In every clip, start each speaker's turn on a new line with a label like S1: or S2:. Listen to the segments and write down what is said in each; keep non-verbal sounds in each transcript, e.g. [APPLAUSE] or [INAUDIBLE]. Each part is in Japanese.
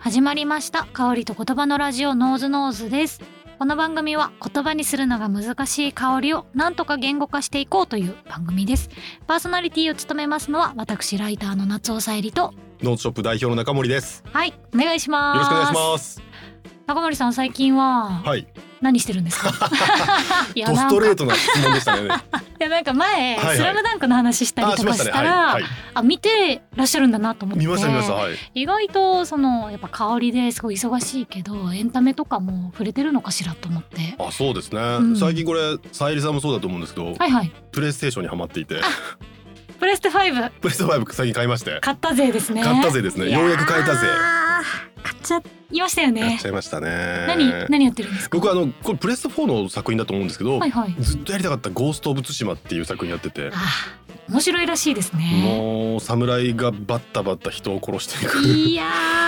S1: 始まりました香りと言葉のラジオノーズノーズですこの番組は言葉にするのが難しい香りをなんとか言語化していこうという番組ですパーソナリティを務めますのは私ライターの夏尾さえりと
S2: ノートショップ代表の中森です。
S1: はいお願いし
S2: よ
S1: ます
S2: ろしくお願いします。
S1: 中森さん最近は
S2: はい。
S1: 何してるんです
S2: [LAUGHS]
S1: かいや
S2: ド
S1: な
S2: ス
S1: ん
S2: トレ
S1: か
S2: ートな質問でしたね。
S1: いやなんか前、
S2: はいはい
S1: スラムダンクの話したり
S2: [LAUGHS] あ、
S1: と
S2: しま
S1: か
S2: した
S1: し
S2: ね。
S1: た
S2: はい
S1: ら、
S2: はい。
S1: あ見てらっしゃるんだなと思って
S2: 見ました見ました。はい。
S1: 意外とそのやっぱ香りですごい忙しいけどエンタメとかも触れてるのかしらと思って
S2: あ、そうですね。
S1: ん
S2: 最近これさゆりさんもそうだと思うんですけど、
S1: はいはい
S2: プレイステーションにハマっていて、
S1: プレステ5
S2: プレステ5最近買いまして、
S1: 買ったぜですね
S2: 買ったぜですね。
S1: いやー
S2: ようやく買えたぜ。
S1: 買っちゃいましたよ
S2: やっ
S1: ね
S2: ちゃいましたね。
S1: 何何やってるんですか
S2: 僕あのこれプレステ4の作品だと思うんですけど、
S1: はいはい
S2: ずっとやりたかったゴーストオブツシマっていう作品やってて、
S1: あー面白いらしいですね
S2: もう侍がバッタバッタ人を殺していく。
S1: いやー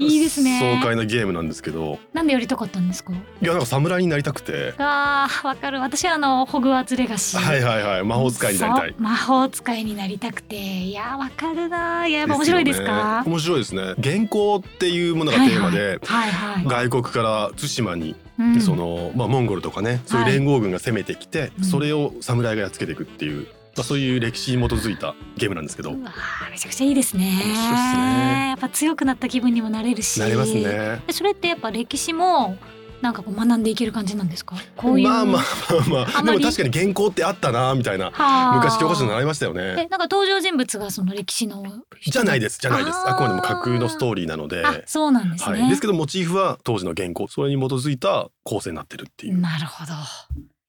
S1: いいですね
S2: 爽快なゲームなんですけど、
S1: なんでやりたかったんですか
S2: いやなんか侍になりたくて。
S1: あーわかる私はあのホグワーツレガシー
S2: はいはいはい魔法使いになりたい
S1: そう。魔法使いになりたくていやわかるないややっぱ面
S2: す
S1: 白
S2: よね
S1: いですか
S2: 面白いですね原稿っていうものがテーマで、
S1: はいはい、
S2: 外国から対馬に、
S1: うん
S2: そのまあ、モンゴルとかねそういう連合軍が攻めてきて、
S1: うん
S2: それを侍がやっつけていくっていう、まあ、そういう歴史に基づいたゲームなんですけど、
S1: うわーめちゃくちゃいいですね
S2: 白いっすね
S1: やっぱ強くなった気分にもなれるし
S2: なりますね。
S1: でそれってやっぱ歴史もなんかこう学んでいける感じなんですかこういう
S2: まあまあまあま
S1: あ
S2: あ
S1: んま
S2: で
S1: り
S2: も確かに原稿ってあったなみたいな
S1: はあ
S2: 昔教科書で習いましたよ
S1: え
S2: ね。
S1: なんか登場人物がその歴史の
S2: じゃない
S1: で
S2: ですじゃないです
S1: あー
S2: あくまでも架空のストーリーなので。
S1: あそうなんですね、
S2: はい、ですけどモチーフは当時の原稿それに基づいた構成になってるっていう、
S1: なるほど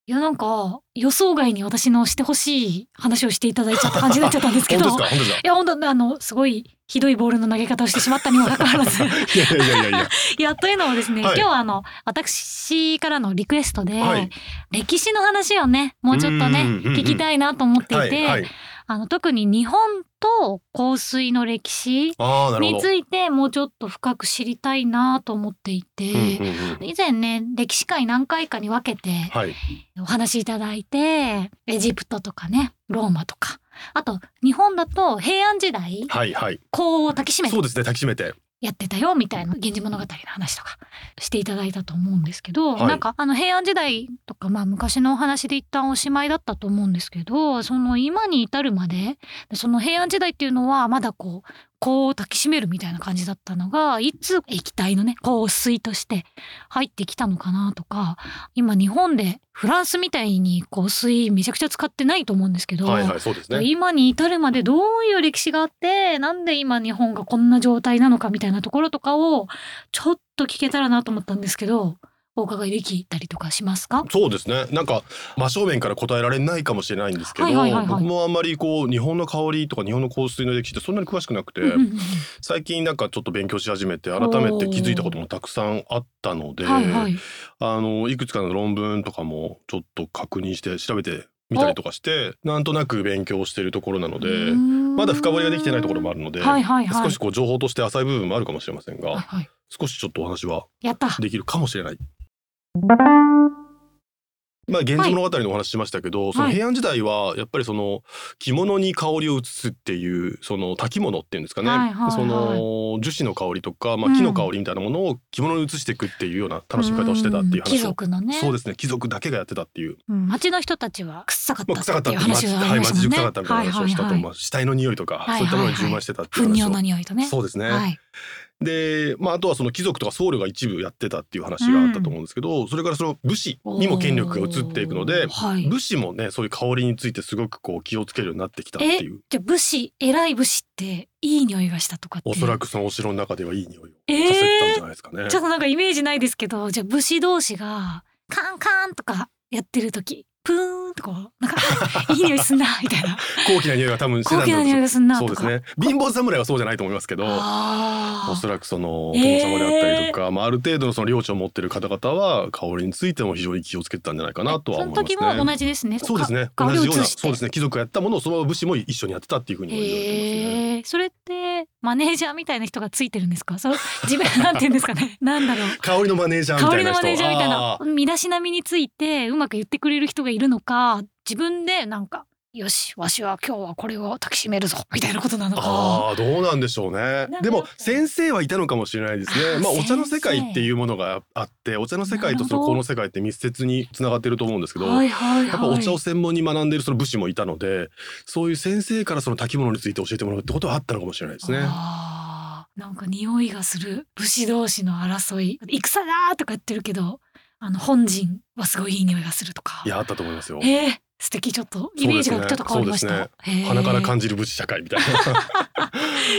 S1: いやなんか予想外に私のしてほしい話をしていただいちゃった感じになっちゃったんですけ
S2: [LAUGHS] 本
S1: ど
S2: 当ですか本当ですか
S1: いや本当あのすごいひどいボールの投げ方をしてしまったにもかかわらず
S2: いやいやいやいや
S1: いやというのもですね、
S2: はい
S1: 今日はあの私からのリクエストで、
S2: はい
S1: 歴史の話をね [LAUGHS] もうちょっとね
S2: うんうんうんうん
S1: 聞きたいなと思っていて、
S2: はいはい、
S1: あの特に日本と香水の歴史
S2: ああなるほ
S1: に
S2: ど。
S1: ついてもうちょっと深く知りたいなと思っていて。
S2: うんうんうん
S1: 以前ね歴史会何回かに分けて
S2: はい、
S1: お話しいただいてエジプトとかねローマとかあと日本だと平安時代
S2: はい、はい。
S1: 香をたきしめて
S2: そうですね、抱きしめて。
S1: やってたよみたいな「源氏物語」の話とかしていただいたと思うんですけど、
S2: はい
S1: なんかあの平安時代とか、まあ、昔のお話で一旦おしまいだったと思うんですけどその今に至るまでその平安時代っていうのはまだこう香を焚きしめるみたいな感じだったのがいつ液体のね香水として入ってきたのかなとか今日本でフランスみたいに香水めちゃくちゃ使ってないと思うんですけど。
S2: はい、はい、そうですね。
S1: 今に至るまでどういう歴史があってなんで今日本がこんな状態なのかみたいなところとかをちょっと聞けたらなと思ったんですけどお伺いできたりとかしますか
S2: そうですねなんか真正面から答えられないかもしれないんですけど、
S1: はいはいはいはい
S2: 僕もあんまりこう日本の香りとか日本の香水の歴史ってそんなに詳しくなくて、
S1: うんうん
S2: 最近なんかちょっと勉強し始めて改めて気づいたこともたくさんあったの
S1: う
S2: で、
S1: んはいはい。
S2: あのいくつかの論文とかもちょっと確認して調べてみたりとかしてなんとなく勉強しているところなので、ま
S1: ま
S2: だ深掘りができてないところもあるので、
S1: はいはいはい。
S2: 少しこう情報として浅い部分もあるかもしれませんが、
S1: はいはい
S2: 少しちょっとお話は
S1: やった。
S2: できるかもしれない。まあ、源氏物語のお話ししましたけど、その平安時代はやっぱりその着物に香りを移すっていうその滝物っていうんですかね、
S1: はいはいはい
S2: その樹脂の香りとか、ま
S1: う
S2: あ、
S1: ん
S2: 木の香りみたいなものを着物に移していくっていうような楽しみ方をしてたっていう
S1: 貴
S2: 話を、
S1: 族のね。
S2: そうですね貴族だけがやってたっていう、
S1: うん町の人たちは臭かっ
S2: まあ、
S1: た
S2: 臭か
S1: っ
S2: ってた
S1: い
S2: っ
S1: う
S2: ていう
S1: 話
S2: 街
S1: があ
S2: はい
S1: りましたもんね。
S2: 街中臭かったみたいな話をしたと、まあ、死体の匂いと
S1: は
S2: か、
S1: いはいはい
S2: そういったものに充満してたっていう
S1: 糞
S2: 話
S1: 尿
S2: を
S1: の匂いとね。
S2: そうですね。
S1: はい。
S2: で、まあ、あとはその貴族とか僧侶が一部やってたっていう話があったと思うんですけど、それからその武士にも権力が移っていくので
S1: おーはい。
S2: 武士もねそういう香りについてすごくこう気をつけるようになってきたっていう
S1: じゃあ武士偉い武士っていい匂いがしたとかって
S2: おそら
S1: く
S2: くそのお城の中ではいい匂いを
S1: え
S2: させてたんじ
S1: え
S2: ゃないですかね。
S1: ちょっとなんかイメージないですけどじゃあ武士同士がカンカンとかやってる時プーンとこうなんかいい匂いすんなみたいな
S2: 高貴な匂いが多分してた
S1: 高
S2: ん
S1: 貴
S2: だ
S1: な
S2: ろ
S1: 匂いがすんな
S2: そ
S1: と
S2: う
S1: か
S2: ですね貧乏侍はそうじゃないと思いますけど
S1: あ
S2: お
S1: ー
S2: そらくその
S1: えー
S2: 殿様であったりとか、まあ、ある程度のその領地を持ってる方々は香りについても非常に気をつけてたんじゃないかなとは
S1: そ
S2: 思い
S1: の
S2: ますね。
S1: 時も同じですね
S2: そうですね。
S1: か
S2: 同じよう
S1: 香りを移
S2: な、
S1: して
S2: そうですね。貴族がやったものをそのまま武士も一緒にやってたっていうふうにも言われてますね。
S1: えー、それってマネージャーみたいな人がついてるんですかその自分なんて言うんですかねなんだろう
S2: 香りのマネージャーみ
S1: 香
S2: た
S1: り
S2: いな
S1: の
S2: 人。
S1: マネージャーみたいな
S2: あー
S1: 身だしなみについてうまく言ってくれる人がいるのか自分でなんかよしわしは今日はこれをたきしめるぞみたいなことなのか。
S2: ああどうなんでしょうね
S3: なんか
S2: でも先生はいたのかもしれないです
S1: あ
S2: ね
S1: ー
S2: まあお
S1: 先生
S2: 茶の世界っていうものがあってお茶の世界とそ
S1: なる
S2: の
S1: ほど
S2: 香の世界って密接につながってると思うんですけど、
S1: いはいはい。
S2: やっぱお茶を専門に学んでいるその武士もいたのでそういう先生からその炊き物について教えてもらうってことはあったのかもしれないですね。
S1: あーなんか匂いがする武士同士の争い戦だーとか言ってるけどあの本陣はすごいいい匂いがするとか
S2: いやあったと思いますよ。
S1: えー、素敵ちょっとイメージがちょっと変わりました、
S2: そう
S1: へー
S2: 鼻から感じる武士社会みた
S1: [LAUGHS]
S2: いな [LAUGHS]
S1: ちょ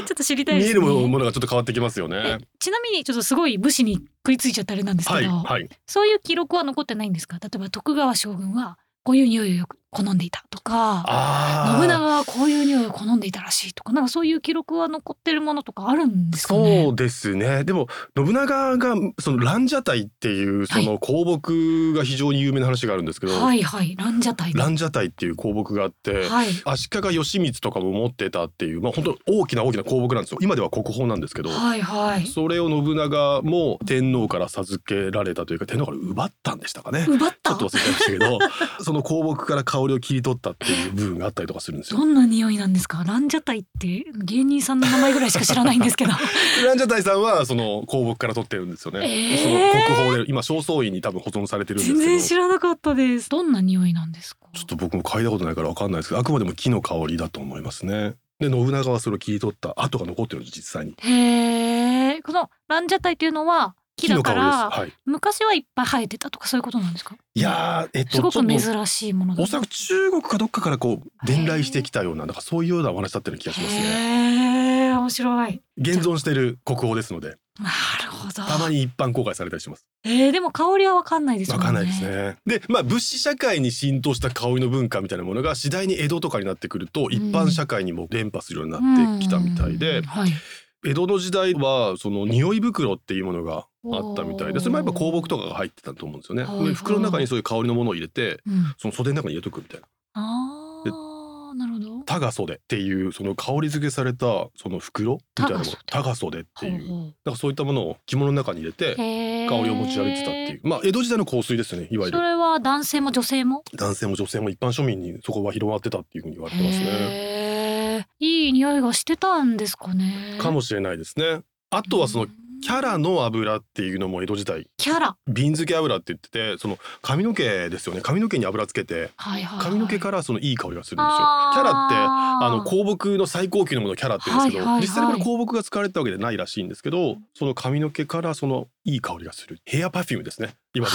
S1: っと知りたい
S2: 見
S1: です、ね、
S2: えるものがちょっと変わってきますよね
S1: え。ちなみにちょっとすごい武士に食いついちゃったあれなんです
S2: は
S1: け
S2: い
S1: ど、
S2: はい。
S1: そういう記録は残ってないんですか例えば徳川将軍はこういう匂いをよく好んでいたとか
S2: ああ
S1: 信長はこういう匂いを好んでいたらしいとかなんかそういう記録は残ってるものとかあるんですかね
S2: そうですねでも信長がその蘭奢待っていうその香木が非常に有名な話があるんですけど、
S1: はいはい蘭奢待
S2: 蘭奢待っていう香木があって、
S1: はい
S2: 足利義満とかも持ってたっていうまあ本当大きな大きな香木なんですよ今では国宝なんですけど、
S1: はいはい
S2: それを信長も天皇から授けられたというか天皇から奪ったんでしたかね。
S1: 奪っ
S2: ち
S1: た
S2: ょっと忘れてましたけど [LAUGHS] その香木から香りを切り取ったっていう部分があったりとかするんですよ
S1: ど。んな匂いなんですかランジャタイって芸人さんの名前ぐらいしか知らないんですけ
S2: [LAUGHS]
S1: ど
S2: ランジャタイさんはその香木から取ってるんですよね。
S1: えー
S2: その国宝で今正倉院に多分保存されてるんです
S1: 全
S2: けど
S1: 然。知らなかったですどんな匂いなんですか
S2: ちょっと僕も嗅いだことないからわかんないですけどあくまでも木の香りだと思いますね。で信長はそれを切り取った跡が残ってるんです実際に。
S1: へえこのランジャタイっていうのは木だか
S2: 木の
S1: ら、
S2: 香りです。はい。
S1: 昔はいっぱい生えてたとかそういうことなんですか
S2: いやーえっと
S1: すご
S2: ちょっ
S1: く
S2: と
S1: 珍しいものだ
S2: おそらく中国かどっかからこう伝来してきたようななんかそういうようなお話だったような気がしますね。
S1: へえ面白い
S2: 現存している国宝ですので
S1: なるほど
S2: たまに一般公開されたりします。
S1: えーでも香りはわかんないですも
S2: わ
S1: んね
S2: かんないですね。でまあ物資社会に浸透した香りの文化みたいなものが次第に江戸とかになってくると一般社会にも伝播するようになってきたみたいで
S1: うん、はい
S2: 江戸の時代はその匂い袋っていうものがあったみたいでそれもやっぱ香木とかが入ってたと思うんですよね。
S1: はい
S2: で袋の中にそういう香りのものを入れて
S1: うん、
S2: その袖の中に入れとくみたいな。
S1: あ
S2: で
S1: あなるほど
S2: タガソデっていうその香り付けされたその袋みたいなものタ
S1: タ
S2: ガソデっていう
S1: ほうほう
S2: なんかそういったものを着物の中に入れて香
S1: 香
S2: りを持ち歩いてたっていうまあ江戸時代の香水ですよねいわゆ
S1: そ
S2: る
S1: れは男性も女性も
S2: 男性も女性も一般庶民にそこは広まってたっていうふうに言われてますね。
S1: へーいい匂いがしてたんですかね
S2: かもしれないですね。あとはそのキャラの油っていうのも江戸時代
S1: キャラ
S2: 瓶漬け油って言っててその髪の毛ですよね髪の毛に油つけて
S1: はいはいはい
S2: 髪の毛からそのいい香りがするんですよ。キャラって
S1: あー
S2: あの香木の最高級のものをキャラって言うんですけど、
S1: はいはいはい
S2: 実際にこれ香木が使われてたわけじゃないらしいんですけどその髪の毛からそのいい香りがするヘアパフュームですね今で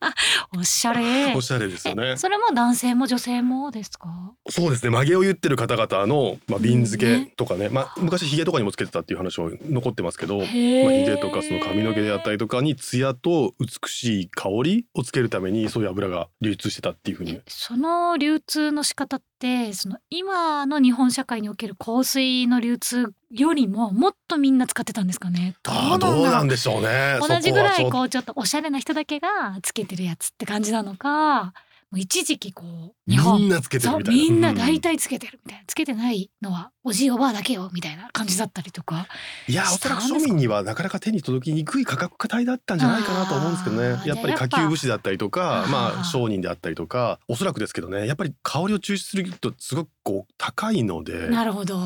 S2: 言
S1: おしゃ
S2: う
S1: れ
S2: とおしゃれですよね
S1: えそれも男性も女性もですか
S2: そうですね曲げを言ってる方々の、まあ、瓶漬
S1: うん
S2: け
S1: ね
S2: とかね、まあ、昔ヒゲとかにもつけてたっていう話は残ってますけど、まあ、ヒ
S1: へー
S2: ゲとかその髪の毛であったりとかにツヤと美しい香りをつけるためにそういう油が流通してたっていうふうに
S1: えその流通の仕方ってその今の日本社会における香水の流通よりももっとみんな使ってたんですかね
S2: ああ
S1: だろ
S2: どうなんでしょうね。
S1: 同じぐら
S2: そ
S1: い
S2: こはちょ
S1: こうちょ
S2: っと
S1: っとおしゃれな人だけがつけてるやつって感じなのかもう一時期こう日
S2: みん
S1: 本
S2: なつけてる
S1: そう
S2: みたいな。
S1: みんな
S2: う
S1: 大体つけてるみたいなつけてないのはおじいおばあだけよみたいな感じだったりとか
S2: いやおそらく庶民にはなかなか手に届きにくい価格帯だったんじゃないかなと思うんですけど
S1: あ
S2: ね
S1: ー
S2: やっぱり
S1: やっぱ
S2: 下級武士だったりとか
S1: あー
S2: まあ商人であったりとかおそらくですけどねやっぱり香りを抽出するとすごくこう高いので
S1: なるほど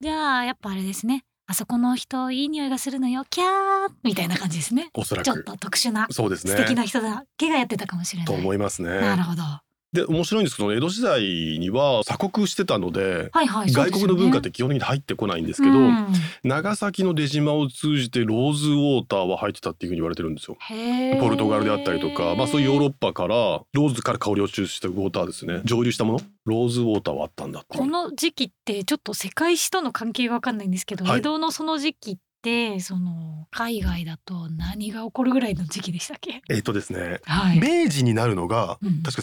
S1: じゃあやっぱあれですねあそこの人いい匂いがするのよキャーみたいな感じですね
S2: おそら
S1: ちょっ
S2: く
S1: と特殊な
S2: そうですね
S1: 素敵な人だけがやってたかもしれない
S2: と思います
S1: なる
S2: ね。
S1: ほどは
S2: で面白いんですけど江戸時代には鎖国してたので
S1: いはい
S2: 外国の文化って
S1: で
S2: 基本的に入ってこないんです
S1: す
S2: け
S1: よ
S2: ど、
S1: ね
S2: 長崎の出島を通じてローズウォーターは入ってたっていうふうに言われてるんですよ。
S1: うんへー
S2: ポルトガルであったりとか、まあ、そういうヨーロッパからローズから香りを抽出したウォーターですね蒸留したものローズウォーターはあったんだってい
S1: こ
S2: う
S1: の時期ってちょっと世界史との関係がわかんないんですけど、
S2: はい
S1: 江戸のその時期ってその海外だと何が起こるぐらいの時期でしたっけ？
S2: えっとですね
S1: はい。
S2: 明治になるのが
S1: うん
S2: 確か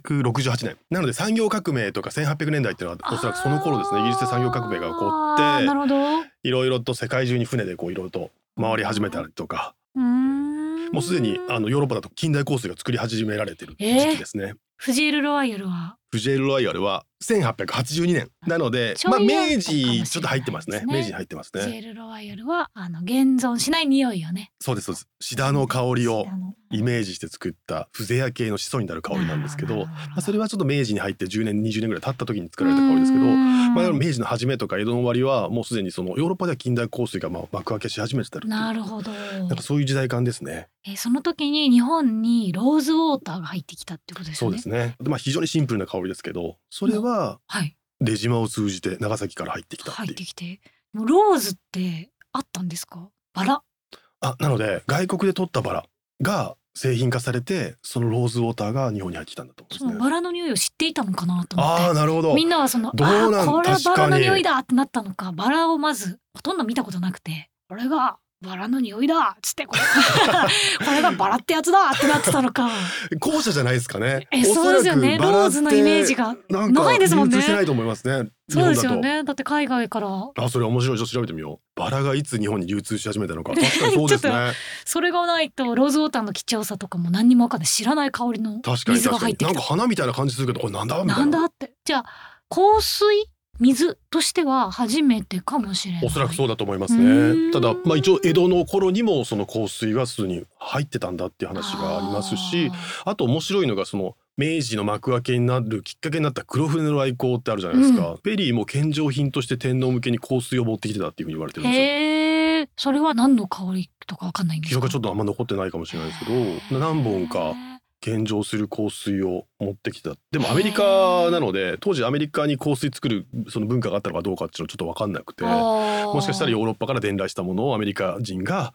S2: 1868年なので産業革命とか1800年代っていうのはおそらくその頃ですねイギリスで産業革命が起
S1: あーなる
S2: こ
S1: ほ
S2: っ
S1: ど。う
S2: ていろいろと世界中に船でこういろいろと回り始めたりとか
S1: ーん。
S2: もうすでにあのヨーロッパだと近代香水が作り始められてる時期ですね。
S1: フジエルロワイヤルは
S2: フジェール・ロイヤルは1882年なので、
S1: ち
S2: ま
S1: ょ
S2: あ、
S1: い前
S2: 明治
S1: 後
S2: ちょっと
S1: かもしれない
S2: 入ってますね
S1: ですね
S2: 明治入ってます
S1: ジ
S2: ね
S1: ェルロワイヤルはあの現存しない匂いよね。
S2: そうですそうですシダの香りを
S1: あの
S2: イメージして作った風情屋系の子孫になる香りなんですけど、まあ、それ
S1: は
S2: はちょっと明治に入って10年20年ぐらい経った時に作られた香りですけど、まあ、でも明治の初めとか江戸の終わりはもうすでにそのヨーロッパでは近代香水がまあ幕開けし始めてたっていう
S1: なるほど。
S2: なんかそういう時代感ですね。
S1: えーその時に日本にローズウォーターが入ってきたってことです
S2: そ
S1: よ
S2: う
S1: ね。
S2: ですね。まあ非常にシンプルな香りですけど、それは
S1: はい。
S2: 出島を通じて長崎から入ってきたって
S1: 入
S2: い
S1: っ
S2: う
S1: て。きて、もうローズってあったんですか？バラ。
S2: あ、なので外国で取ったバラが製品化されて、そのローズウォーターが日本に入ってきたんだと思
S1: そうの
S2: んです
S1: バ
S2: ね。
S1: ラの匂いを知っていたのかなと思って。
S2: ああ、なるほど
S1: み。んなはその「
S2: どうなん
S1: あーこれは
S2: 確
S1: バ
S2: かに
S1: ラの匂いだ!」ってなったのかバラをまずほとんど見たことなくて「これがバラの匂いだ!」っつってこれ [LAUGHS] これがバラってやつだってなってたのか
S2: 後者じゃないですかね。
S1: えそうですよね
S2: おそらくバ
S1: ロー
S2: ラって
S1: ズのイメージが
S2: なんか
S1: 長いですもんね
S2: 流通してないと思いますね。日
S1: そう
S2: 本
S1: で
S2: だ
S1: すよ
S2: と。
S1: ねだって海外から
S2: あ、それ面白い。ちょっと調べてみよう。バラがいつ日本に流通し始めたのか。確かにそうです
S1: [LAUGHS] ち
S2: ね。
S1: それがないとローズウォーターの貴重さとかも何にも分かんない知らない香りの
S2: 確かに
S1: 水が
S2: 確か
S1: 入っ
S2: に。
S1: て
S2: な
S1: き
S2: んか
S1: た
S2: 花みたいな感じするけど、これなんだみた
S1: ないん
S2: な。
S1: だってじゃあ香水水としては初めてかもしれない
S2: おそらくそうだと思います
S1: う
S2: ね。
S1: ん
S2: ただ、まあ、一応江戸の頃にもその香水はすでに入ってたんだっていう話がありますし
S1: あー
S2: あと面白いのがその明治の幕開けになるきっかけになった黒船の来航ってあるじゃないですか、ペリーも献上品として天皇向けに香水を持ってきてたっていうふうに言われてるんですよ。
S1: へえ、それは何の香りとかわかんないんです
S2: 記録
S1: か。
S2: はちょっとあんま残ってないかもしれないですけど何本か献上する香水を持ってきてたでもアメリカなので当時アメリカに香水作るその文化があったのかどうかっていうのはちょっと分かんなくても
S1: も
S2: しかしたらヨーロッパから伝来したものをアメリカ人が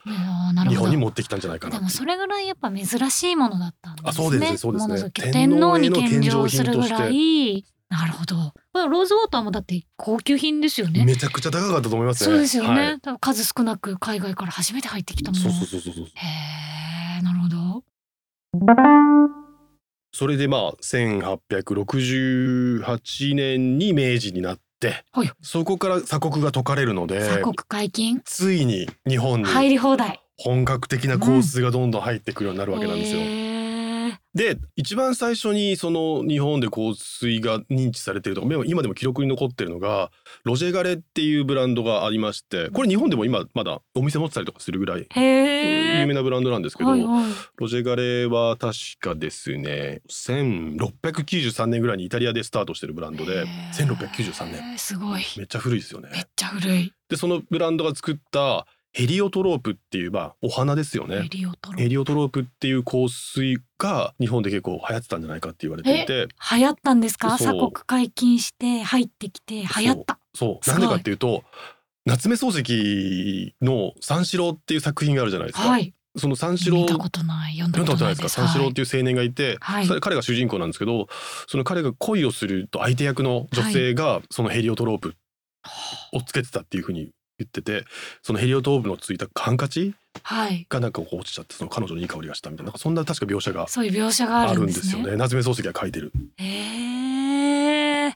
S2: 日
S1: 日
S2: 本に持ってきたんじゃないかな
S1: で
S2: ってい
S1: も
S2: う
S1: それぐらいやっぱ珍しいものだったんですね。
S2: あそうですねそうですね
S1: ものすごく
S2: 天
S1: 天
S2: 皇
S1: 皇
S2: へ
S1: に
S2: の
S1: 献上するぐ
S2: 献上
S1: らい。なるほど。これローズウォーターもだって高級品ですよね。
S2: めちゃくちゃ高かったと思いますね。
S1: そうですよ
S2: はい
S1: ね。多分数少なく海外から初めて入ってきたもの。
S2: そうそうそうそうそう。
S1: へえ、なるほど。
S2: それでまあ1868年に明治になって、
S1: はい
S2: そこから鎖国が解かれるので、
S1: 鎖国解禁、
S2: ついに日本に
S1: 入り放題。
S2: 本格的な香水がどんどん入ってくるようになるわけなんですよ。
S1: へえ
S2: で一番最初にその日本で香水が認知されてるとか今でも記録に残ってるのがロジェガレっていうブランドがありましてこれ日本でも今まだお店持ってたりとかするぐらい
S1: へ
S2: 有
S1: え。
S2: 名なブランドなんですけど、
S1: はいはい。
S2: ロジェガレは確かですね1693年ぐらいにイタリアでスタートしてるブランドで1693年
S1: 年すごい
S2: めっちゃ古いですよね
S1: めっちゃ古い
S2: でそのブランドが作ったヘリオトロープっていうまあお花ですよ
S1: エ
S2: ね
S1: リオトロ
S2: ヘ
S1: 流
S2: リオトロープっていう香水が日本で結構流行ってたんじゃないかって言われていて
S1: 行ったんですか
S2: そう
S1: 鎖国解禁して入ってきて流行った
S2: そう
S1: す
S2: な
S1: ご
S2: ん
S1: い
S2: でかっていうと夏目漱石の三四郎っていう作品があるじゃないですか、
S1: はい
S2: その三四郎
S1: 見たことない読んだ
S2: 読ん
S1: こ
S2: だことと
S1: な
S2: ないい
S1: で
S2: ですすか三四郎っ
S1: はい
S2: ていう青年がいて、
S1: はい
S2: それ彼が主人公なんですけどその彼が恋をすると相手役の女性がそのヘリオトロープをつけてたっていうふうに言っててそのヘリオトロープのついたハンカチ
S1: はい
S2: がなんかこう落ちちゃってその彼女のいい香りがしたみたいななんかそんな確か描写が
S1: そういう描写があ
S2: あ
S1: る
S2: る
S1: ん
S2: ん
S1: で
S2: ですすよ
S1: ね
S2: ね夏目漱石が書いてる
S1: へえ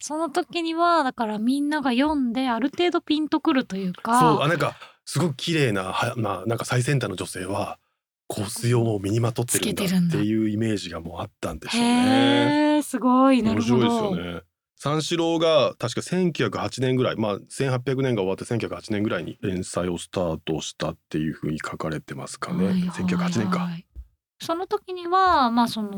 S1: その時にはだからみんなが読んである程度ピンとくるという
S2: そう
S1: か
S2: あなんかすごく綺麗なはまあなんか最先端の女性は香水をもう身にまとってるん
S1: つ
S2: だ
S1: けてるん
S2: っ
S1: だ
S2: ていうイメージがもうあったんでしょう
S1: へ
S2: ね。
S1: えすごいな
S2: 面
S1: るほ
S2: 白いですよ
S1: ど
S2: ね。三四郎が確か1908年ぐらい、まあ、1800年が終わって1908年ぐらいに連載をスタートしたっていうふうに書かれてますかね。
S1: はいはい
S2: 1908年か。
S1: はいその時にはまあその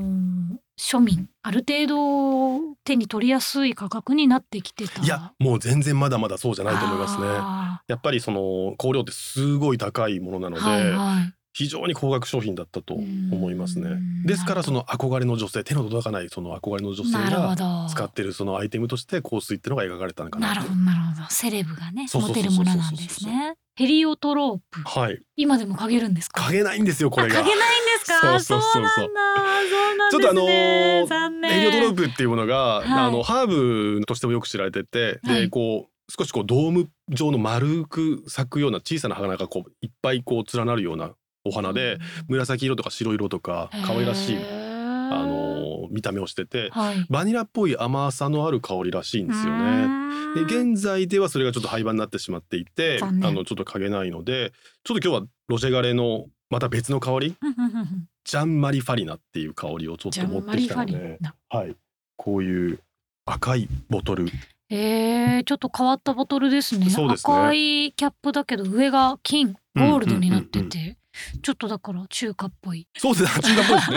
S1: 庶民ある程度手に取りやすい価格になってきてた
S2: いやもう全然まだまだそうじゃないと思いますね。
S1: あ
S2: やっぱりその香料ってすごい高いものなの
S1: ー
S2: で、
S1: はいはい
S2: 非常に高額商品だったと思います
S1: う
S2: ね
S1: ん。
S2: ですからその憧れの女性手の届かないその憧れの女性
S1: なるほ
S2: が
S1: ど
S2: 使ってるそのアイテムとして香水ってのが描かれたのか
S1: な
S2: な
S1: る
S2: と
S1: ほどなるほどセレブがね
S2: そうそ
S1: 持
S2: う
S1: て
S2: そう
S1: るも
S2: そうそう
S1: のなんですねヘリオトロープ
S2: はい
S1: 今でも嗅げるんですか
S2: 嗅げないんですよこれが
S1: あ。嗅げないんですかそ
S2: そううそうそうそう
S1: なんだ
S2: ち
S1: そ
S2: ょ
S1: う
S2: っと
S1: なん
S2: あの
S1: ですね
S2: ー
S1: 残念
S2: ヘリオトロープっていうものが、
S1: はい
S2: あのハーブとしてもよく知られてて、
S1: は
S2: で
S1: い
S2: こう少しこうドーム状の丸く咲くような小さな花がこういっぱいこう連なるようなお花で、紫色とか白色とか可愛らし
S1: へ
S2: い、
S1: ー
S2: あのー見た目をしてて
S1: はい
S2: バニラっぽい甘さのある香りらしいんですよ
S1: う
S2: ね。
S1: ーん
S2: で現在ではそれがちょっと廃盤になってしまっていてあ
S1: 残念
S2: のちょっと嗅げないのでちょっと今日はロジェガレのまた別の香り
S1: うんうんうんうん
S2: ジャンマリファリナっていう香りをちょっ
S1: じ
S2: と
S1: ゃあ
S2: 持っ
S1: マ
S2: てき
S1: リ
S2: た
S1: フ
S2: の
S1: ァ
S2: で。
S1: リな
S2: はい、こういう赤いボトル
S1: えー、ちょっと変わったボトルですね
S2: そうですね
S1: 赤いキャップだけど上が金ゴールドになってて、
S2: うんうん
S1: ちょっとだから中華っぽい
S2: そうですね中華っぽいですね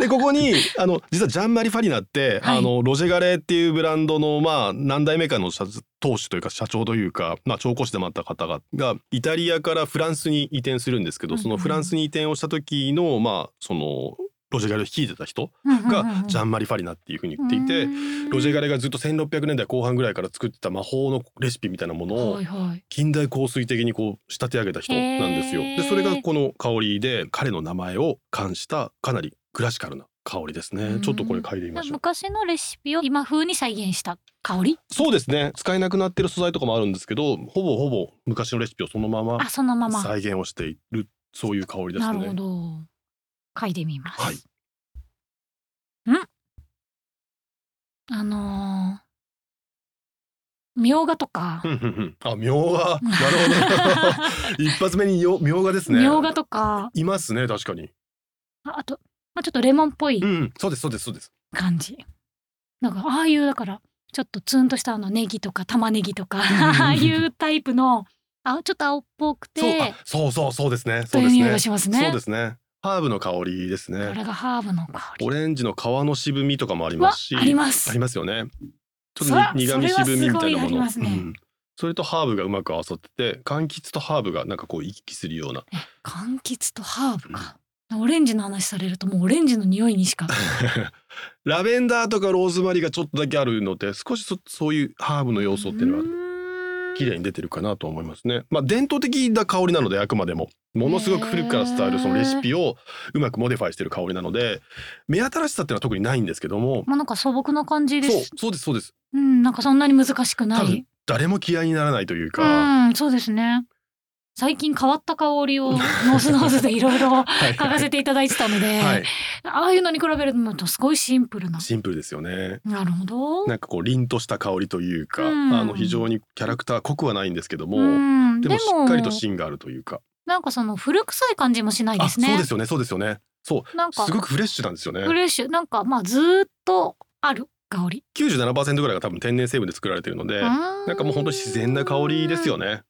S2: でここにあの実はジャンマリ・ファリナって、
S1: はい
S2: あのロジェガレーっていうブランドのまあ何代目かの社当主というか社長というか、まあ、調香師でもあった方ががイタリアからフランスに移転するんですけど、
S1: うんうん
S2: そのフランスに移転をした時のまあそのロジェガレを率いてた人がジャ
S1: ン
S2: ンマリ・ファリナっていうふうに言っていて。ロジェガレがずっと1600年代後半ぐらいから作ってた魔法のレシピみたいなものを
S1: はいはい
S2: 近代香水的にこう仕立て上げた人なんですよ。
S1: へー
S2: でそれがこの香りで彼の名前を冠したかなりクラシカルな香りです
S1: う
S2: ね。
S1: ん
S2: ちょっとこれ嗅いでみましょう。
S1: 昔のレシピを今風に再現した香り
S2: そうですね使えなくなってる素材とかもあるんですけどほぼほぼ昔のレシピをそのまま
S1: あそのまま
S2: 再現をしているそういう香りです
S1: なるほ
S2: ね。
S1: ど嗅いでみます、
S2: はい
S1: うんあのーみょうがとか
S2: ふんふんふんあ、みょうが。なる
S1: [LAUGHS]
S2: ほど。一発目によみょうがですね。
S1: みょうがとか
S2: いますね、確かに。
S1: ああと、まあ、ちょっとレモンっぽい
S2: うん、そうです、そうです、そうです。
S1: 感じ、なんかああいうだからちょっとツンとしたあのネギとか玉ねぎとかああいうタイプのあちょっと青っぽく
S2: そうあ
S1: て
S2: そうそうそうですね。
S1: と
S2: そう
S1: い
S2: で
S1: う
S2: す
S1: 匂いが
S2: ね。
S1: します
S2: そう
S1: ね
S2: ですね。ハーブの香りです
S1: こ
S2: ね。
S1: れがハーブの香り
S2: オレンジの皮の渋みとかもありま
S1: は
S2: すし、
S1: あります
S2: ありますよね。ちょっ
S1: そ
S2: と
S1: ら
S2: に苦味
S1: それは
S2: 渋みみたいなも
S1: すごいあり
S2: の。
S1: ますね
S2: んそれとハーブがうまく合わさってて、柑橘とハーブがなんかこう行き来するような。 [LAUGHS]
S1: 柑橘とハーブか、オレンジの話されるともうオレンジの匂いにしか
S2: ラベンダーとかローズマリーがちょっとだけあるので、少しそ [LAUGHS] そういうハーブの要素っていうのは
S1: は
S2: 綺麗に出てるかなと思いますね。まあ伝統的な香りなのであくまでもものすごく古くから伝わるそのレシピをうまくモディファイしてる香りなので目新しさっていうのは特にないんですけども、
S1: まあなんか素朴な感じで
S2: そう
S1: す
S2: そうですそうです。
S1: うんなんかそんなに難しくな
S2: 多
S1: い
S2: 分誰も嫌いにならないというか、
S1: うんそうですね最近変わった香りをノースノースでいろいろ
S2: はい
S1: 嗅がせていただいてたので、
S2: はい
S1: ああいうのに比べるとすごいシンプルな。
S2: シンプルですよね。
S1: なるほど。
S2: なんかこう凛とした香りというか、
S1: うん
S2: あの非常にキャラクター濃くはないんですけども、
S1: ん
S2: でもしっかりと芯があるというか、
S1: なんかその古臭い感じもしないで
S2: あ
S1: す
S2: そう
S1: ね。
S2: ですよねそうですよね。そ
S1: なん
S2: う
S1: か
S2: すごくフレッシュなんですよね。
S1: フレッシュ、なんかまあずーっとある香り。
S2: 97%ぐらいが多分天然成分で作られてるので、な
S1: なん
S2: かもう本当に自然な香りですよ
S1: ね。
S2: ね。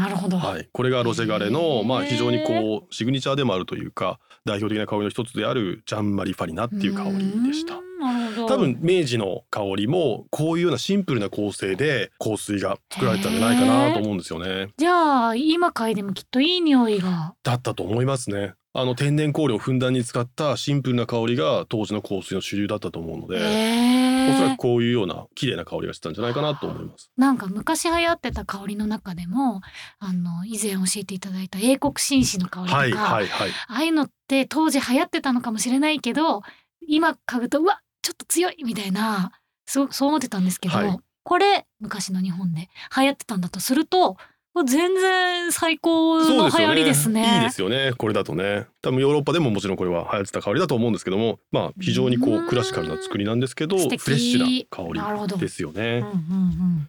S1: なるほど。
S2: はい、これがロジェガレの、まあ、
S1: へー
S2: 非常にこうシグニチャーでもあるというか代表的な香りの一つであるジャンマリ・ファリナっていう香りでした
S1: う。んなるほど。
S2: 多分明治の香りもこういうようなシンプルな構成で香水が作られてたんじゃないかなと思うんですよね。
S1: じゃあ今嗅いでもきっといい匂いが。
S2: だったと思いますね。あの天然香料をふんだんに使ったシンプルな香りが当時の香水の主流だったと思うの
S1: え
S2: で、おそらくこういうような綺麗な香りがしてたんじゃないかなと思います。
S1: なんか昔流行ってた香りの中でもあの以前教えていただいた英国紳士の香りとか、
S2: はいはいはい。
S1: ああいうのって当時流行ってたのかもしれないけど今嗅ぐとうわちょっと強いみたいなすごくそう思ってたんですけど、
S2: はい
S1: これ昔の日本で流行ってたんだとするともう全然最高
S2: そ
S1: の
S2: う
S1: 流行りですね。
S2: いいですよね。これだとね。多分ヨーロッパでももちろんこれは流行ってた香りだと思うんですけども、まあ非常にこ
S1: う
S2: うんクラシカルな作りなんですけど、
S1: 素
S2: フ
S1: 敵
S2: レッシュな
S1: なるほ
S2: 香
S1: ど
S2: りですよ
S1: う
S2: ね
S1: んう。ん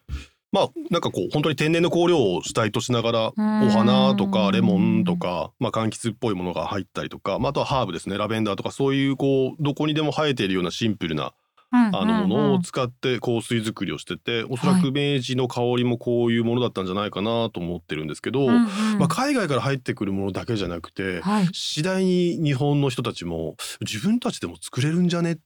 S2: まあなんかこう本当に天然の香料を主体としながら。
S1: うん
S2: お花とかレモンとか、まあ、柑橘っぽいものが入ったりとか、まあ、あとはハーブですねラベンダーとかそういうこうどこにでも生えているようなシンプルな
S1: あ
S2: あのものを使って香水作りをしてておそらく明治の香りもこういうものだったんじゃないかなと思ってるんですけど、まあ、海外から入ってくるものだけじゃなくて
S1: はい、って
S2: 次第に日本の人たちも自分たちでも作れるんじゃねって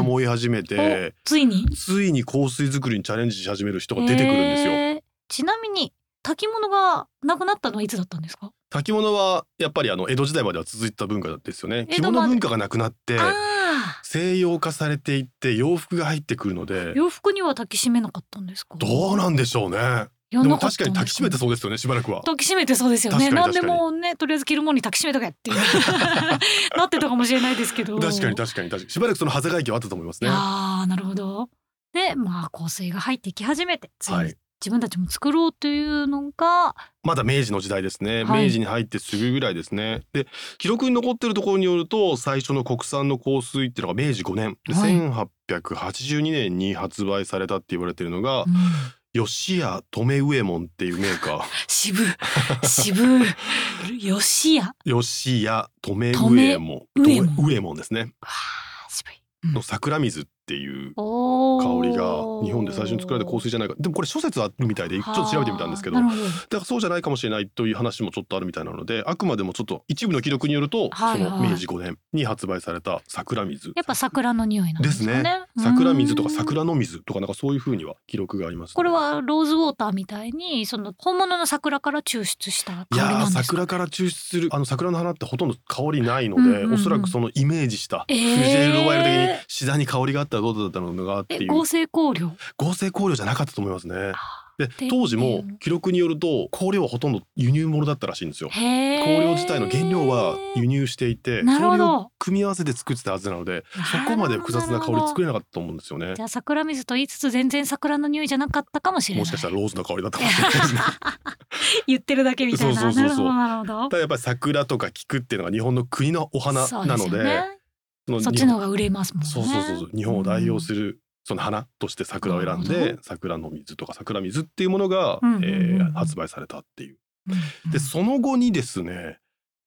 S2: 思い始めて、
S1: ついに
S2: ついに香水作りにチャレンジし始める人が出てくるんですよ。
S1: へーちなみに炊き物がなくなったのはいつだったんですか、
S2: 炊物はやっぱりあの江戸時代までは続いてた文化ですよね。
S1: 江戸
S2: 着
S1: まで
S2: 物文化がなくなって
S1: あ
S2: 西洋化されていって洋服が入ってくるの
S1: あ
S2: で
S1: 洋服には炊きしめなかったんですか
S2: どうなんでしょうね。
S1: い
S2: で
S1: や
S2: も
S1: なったん
S2: 確かに炊き締めて
S1: です
S2: そうですよねしばらくは。
S1: 抱きしめてそうですよね。
S2: 確か
S1: な
S2: に
S1: ん
S2: 確
S1: で
S2: かに
S1: もうね、とりあえず着るものに抱きしめとけ
S2: [LAUGHS]
S1: っていうなってたかもしれないですけど。
S2: 確かに確かに確かにしばらくその肌外気はあったと思いますね。
S1: ああ、なるほど。で、まあ香水が入ってき始めて、つい
S2: はい
S1: に自分たちも作ろうというのが、
S2: まだ明治の時代ですね、
S1: はい
S2: 明治に入ってすぐぐらいですねで記録に残ってるところによると最初の国産の香水っていうのが明治5年、で
S1: はい
S2: 1882年に発売されたって言われてるのが
S1: うん
S2: 吉屋留右衛門っていうメーカ
S1: 渋渋吉屋
S2: ー吉屋留右衛門
S1: 留右衛門
S2: 留右衛門ですね
S1: わあ渋い。
S2: の桜水っっていう
S1: お
S2: 香
S1: ー
S2: りが日本で最初に作られた香水じゃないかでもこれ諸説あるみたいでちょっと調べてみたんですけど
S1: はあ
S2: だ
S1: な
S2: か
S1: るほど
S2: らそうじゃないかもしれないという話もちょっとあるみたいなのであくまでもちょっと一部の記録によると、
S1: はいはい
S2: その明治5年に発売された桜水
S1: やっぱ桜の匂いなんですかね
S2: です桜水とか
S1: うん
S2: 桜の水とかなんかそういうふうには記録がありますね、
S1: これはローズウォーターみたいにその本物の桜から抽出した
S2: い
S1: 香り
S2: や
S1: な
S2: ー
S1: んですか
S2: 桜から抽出するあの桜の花ってほとんど香りないので、
S1: うんうんうん
S2: おそらくそのイメージした、
S1: えー
S2: フジェール・ロワイル的にシダに香りがあったらどうだったのかってい
S1: え
S2: う
S1: 合成香料
S2: 合成香料じゃなかったと思いますね。で
S1: っていう
S2: 当時も記録によると香料はほとんど輸入物だったらしいんですよ。
S1: へー
S2: 香料自体の原料は輸入していて
S1: なる
S2: 香
S1: ほど
S2: 料を組み合わせで作ってたはずなのでそこまで複雑な香り作れなかったと思うんですよね
S1: じ。ゃあ桜水と言いつつ全然桜の匂いじゃなかったかもしれない
S2: もしかしたらローズの香りだったかもしれないですね。
S1: 言ってるだけみたいな
S2: そうそうそうそう
S1: なるほどなるほ
S2: ただやっぱり桜とか菊っていうのが日本の国のお
S1: ど
S2: 花
S1: そう
S2: な
S1: で
S2: の
S1: すよ
S2: で
S1: ね
S2: その
S1: そっちの方が売れますもんね
S2: そうそうそうそう日本を代表
S1: る、
S2: するその花として桜を選ん
S1: なる
S2: で
S1: ほ
S2: 桜の水とか桜水っていうものが、
S1: うんうんうん
S2: えー発売されたっていう。
S1: うんうん
S2: でその後にですね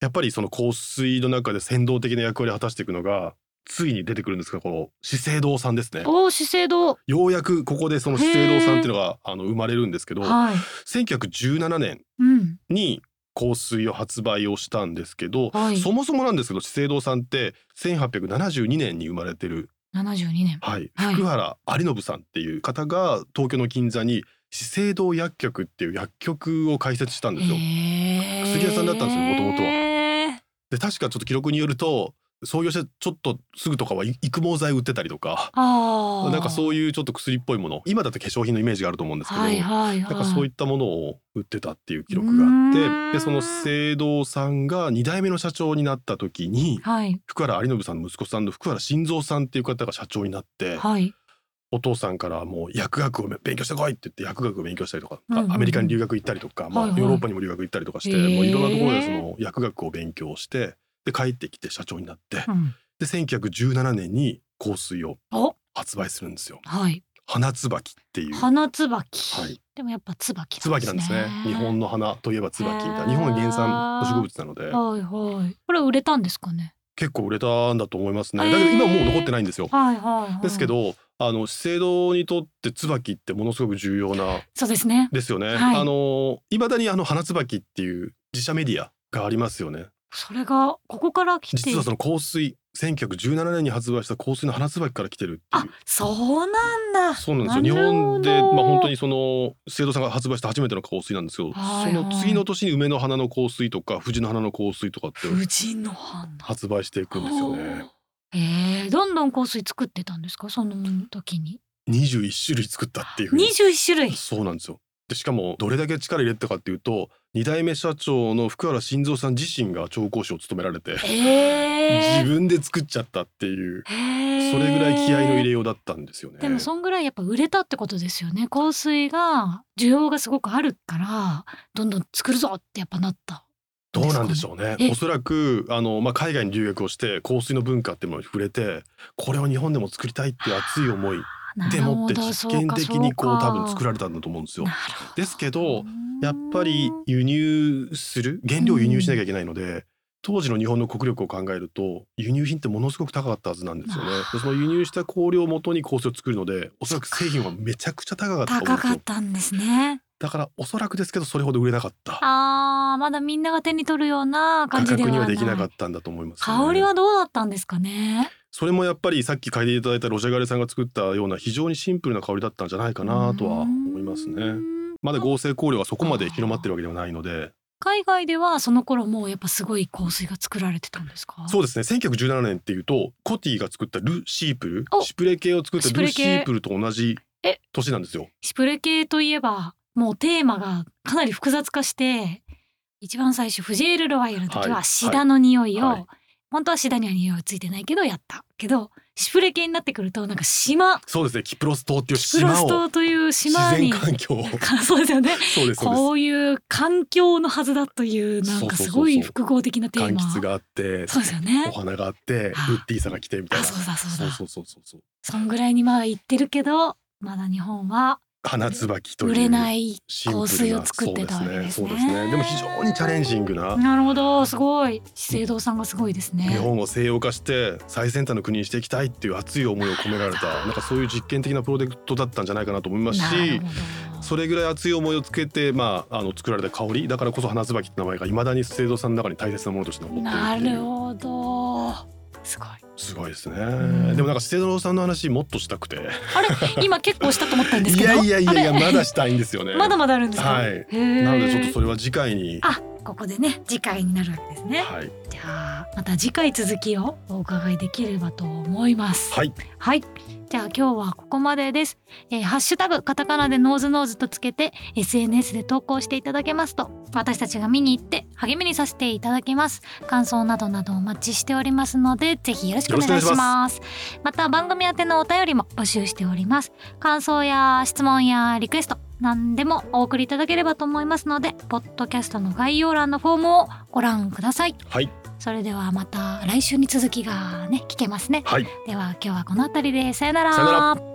S2: やっぱりその香水の中で先導的な役割を果たしていくのがついに出てくるんですがこの資生堂さんですね。
S1: おー資生堂
S2: ようやくここでその資生堂さんっていうのがあの生まれるんですけど
S1: はい、
S2: 1917年
S1: うん、
S2: に香水を発売をしたんですけど、
S1: はい
S2: そもそもなんですけど資生堂さんって1872年に生まれてる、
S1: 72年
S2: はい、
S1: はい
S2: 福原有信さんっていう方が東京の銀座に資生堂薬局っていう薬局を開設したんですよ。
S1: へー
S2: 薬屋さんだったんですよ元々は
S1: へー
S2: で確かちょっと記録によると創業してちょっとすぐとかはい育毛剤売ってたりとか
S1: あ
S2: なんか
S1: う
S2: そういうちょっと薬っぽいもの今だと化粧品のイメージがあると思うんですけど、
S1: はいはいはい、
S2: なんかそういったものを売ってたっていう記録があ
S1: うー
S2: っ
S1: ん
S2: てでその資生堂さんが2代目の社長になった時に
S1: はい
S2: 福原有信さんの息子さんの福原晋三さんっていう方が社長になって
S1: はい
S2: お父さんからもう薬学を勉強してこいって言って薬学を勉強したりとか、
S1: うんうんうん
S2: アメリカに留学行ったりとか、まあ、
S1: はい
S2: ヨ
S1: はい
S2: ーロッパにも留学行ったりとかして、
S1: へー
S2: もういろんなところでその薬学を勉強してで帰ってきて社長になって
S1: うん
S2: で1917年に香水を
S1: お
S2: 発売するんですよ。
S1: はい
S2: 花椿っていう
S1: 花椿、
S2: はい
S1: でもやっぱ椿なんで
S2: 椿
S1: す
S2: なん
S1: ね
S2: ですね日本の花といえば椿みたい
S1: へ
S2: な
S1: ー
S2: 日本原産の植物なので
S1: はいはいこれ売れたんですかね
S2: 結構売れたんだと思いま
S1: へ
S2: すね
S1: ー
S2: だけど今もう残ってないんですよ
S1: はいはい、はい、
S2: ですけどあの資生堂にとって椿ってものすごく重要な
S1: そうですね
S2: ですよね、
S1: はい
S2: あのいまだにあの花椿っていう自社メディアがありますよね
S1: それがここから来て
S2: 実はその香水1917年に発売した香水の花椿から来てるって
S1: あ
S2: いう
S1: そうなんだ
S2: そうなんです
S1: なる
S2: よ日
S1: ほど
S2: 本で、まあ、本当にその資生堂さんが発売した初めての香水なんですけど、
S1: はい
S2: その次の年に梅の花の香水とか藤の花の香水とかって
S1: 富士の花
S2: 発売していくんですよね。
S1: えー、どんどん香水作ってたんですかその時に
S2: 21種類作ったっていうふうに
S1: 21種類
S2: そうなんですよでしかもどれだけ力入れてたかっていうと2代目社長の福原晋三さん自身が調香師を務められて、
S1: え
S2: 自
S1: ー、
S2: 分で作っちゃったっていう
S1: えー
S2: それぐらい気合いの入れようだったんですよね。
S1: でもそんぐらいやっぱ売れたってことですよね香水が需要がすごくあるからどんどん作るぞってやっぱなった
S2: どうなんでしょうね
S1: え
S2: おそらくあの、まあ、海外に留学をして香水の文化っていうものに触れてこれを日本でも作りたいっていう熱い思いでもって実験的にこう多分作
S1: る
S2: られたんだと思うんですよ
S1: な。るほど
S2: ですけどやっぱり輸入する原料を輸入しなきゃいけないので、当時の日本の国力を考えると輸入品ってものすごく高かったはずなんですよね
S1: あ。
S2: でその輸入した香料をもとに香水を作るのでおそらく製品はめちゃくちゃ高かったと思うん
S1: 高
S2: です
S1: かっ
S2: よ。
S1: たんですね
S2: だからおそらくですけどそれほど売れなかった
S1: あーまだみんなが手に取るような
S2: 価
S1: 感じで
S2: 格
S1: はない
S2: にはできなかったんだと思います、ね。
S1: 香りはどうだったんですかね
S2: それもやっぱりさっき嗅いでいただいたロジャガレさんが作ったような非常にシンプルな香りだったんじゃないかなとは思います
S1: う
S2: ね。
S1: ん
S2: まだ合成香料がそこまで広まってるわけではないので
S1: 海外ではその頃もうやっぱすごい香水が作られてたんですか
S2: そうですね1917年っていうとコティが作ったルシープル
S1: お
S2: シュプレ系を作った
S1: シュプ
S2: ル
S1: レ
S2: シ
S1: 系
S2: ープルと同じ
S1: え
S2: 年なんですよ。
S1: シュプレ系といえばもうテーマがかなり複雑化して一番最初フジエール・ロワイヤルの時
S2: は
S1: はいシダの匂いを、
S2: はい
S1: 本当はシダには匂いはついてないけどやったけどシュプレ系になってくるとなんか島
S2: そうですねキプロス島っていう
S1: キプロ
S2: 島
S1: ス
S2: を
S1: 島という
S2: 自
S1: 島
S2: 然
S1: に
S2: 環境を
S1: [LAUGHS] そうですよね
S2: そうですそう
S1: こ
S2: で
S1: ういう環境のはずだというなんかすごい複合的な
S2: す
S1: テー
S2: 柑
S1: マ
S2: 橘があって
S1: そうですよ
S2: お
S1: ね
S2: 花があってウッディさんが来てみたい
S1: あ
S2: な
S1: そうだそうだ
S2: そうそうそうそうそう
S1: そんぐらいにまあ言ってるけどまだ日本は
S2: 花椿という
S1: 売れない
S2: シンプル
S1: 香
S2: な
S1: 水を作ってたわけですね
S2: そうですねそうですねでも非常にチャレンジングな
S1: なるほどすごい資生堂さんがすごいです
S2: 日
S1: ね。
S2: 本を西洋化して最先端の国にしていきたいっていう熱い思いを込められたなんかそういう実験的なプロジェクトだったんじゃないかなと思います
S1: なる
S2: し
S1: ほど
S2: それぐらい熱い思いをつけて、まあ、あの作られた香りだからこそ花椿って名前がいまだに資生堂さんの中に大切なものとして残ってる
S1: な
S2: ってい
S1: る
S2: う
S1: ほど。すごい。
S2: すごいですね、
S1: ん
S2: でもなんか資生堂さんの話もっとしたくて
S1: あれ、今結構したと思ったんです
S2: い
S1: けど。
S2: やいやいやいや
S1: あれ
S2: まだしたいんですよ
S1: [LAUGHS]
S2: ね
S1: まだまだあるんですか。
S2: はい
S1: へー
S2: なのでちょっとそれは次回に
S1: あ、ここでね、次回になるわけですね。
S2: はい、
S1: じゃあ、また次回続きをお伺いできればと思います。
S2: はい、
S1: はい。じゃあ今日はここまでです。えーハッシュタグカタカナでノーズノーズとつけて SNS で投稿していただけますと私たちが見に行って励みにさせていただきます。感想などなどお待ちしておりますのでぜひよろしくお願いし
S2: よろしくお願
S1: ます。また番組宛てのお便りも募集しております。感想や質問やリクエスト何でもお送りいただければと思いますのでポッドキャストの概要欄のフォームをご覧ください。
S2: はい、
S1: それではまた来週に続きがね聞けますね。
S2: はい
S1: では今日はこの辺りでさよなら
S2: さよな
S1: ら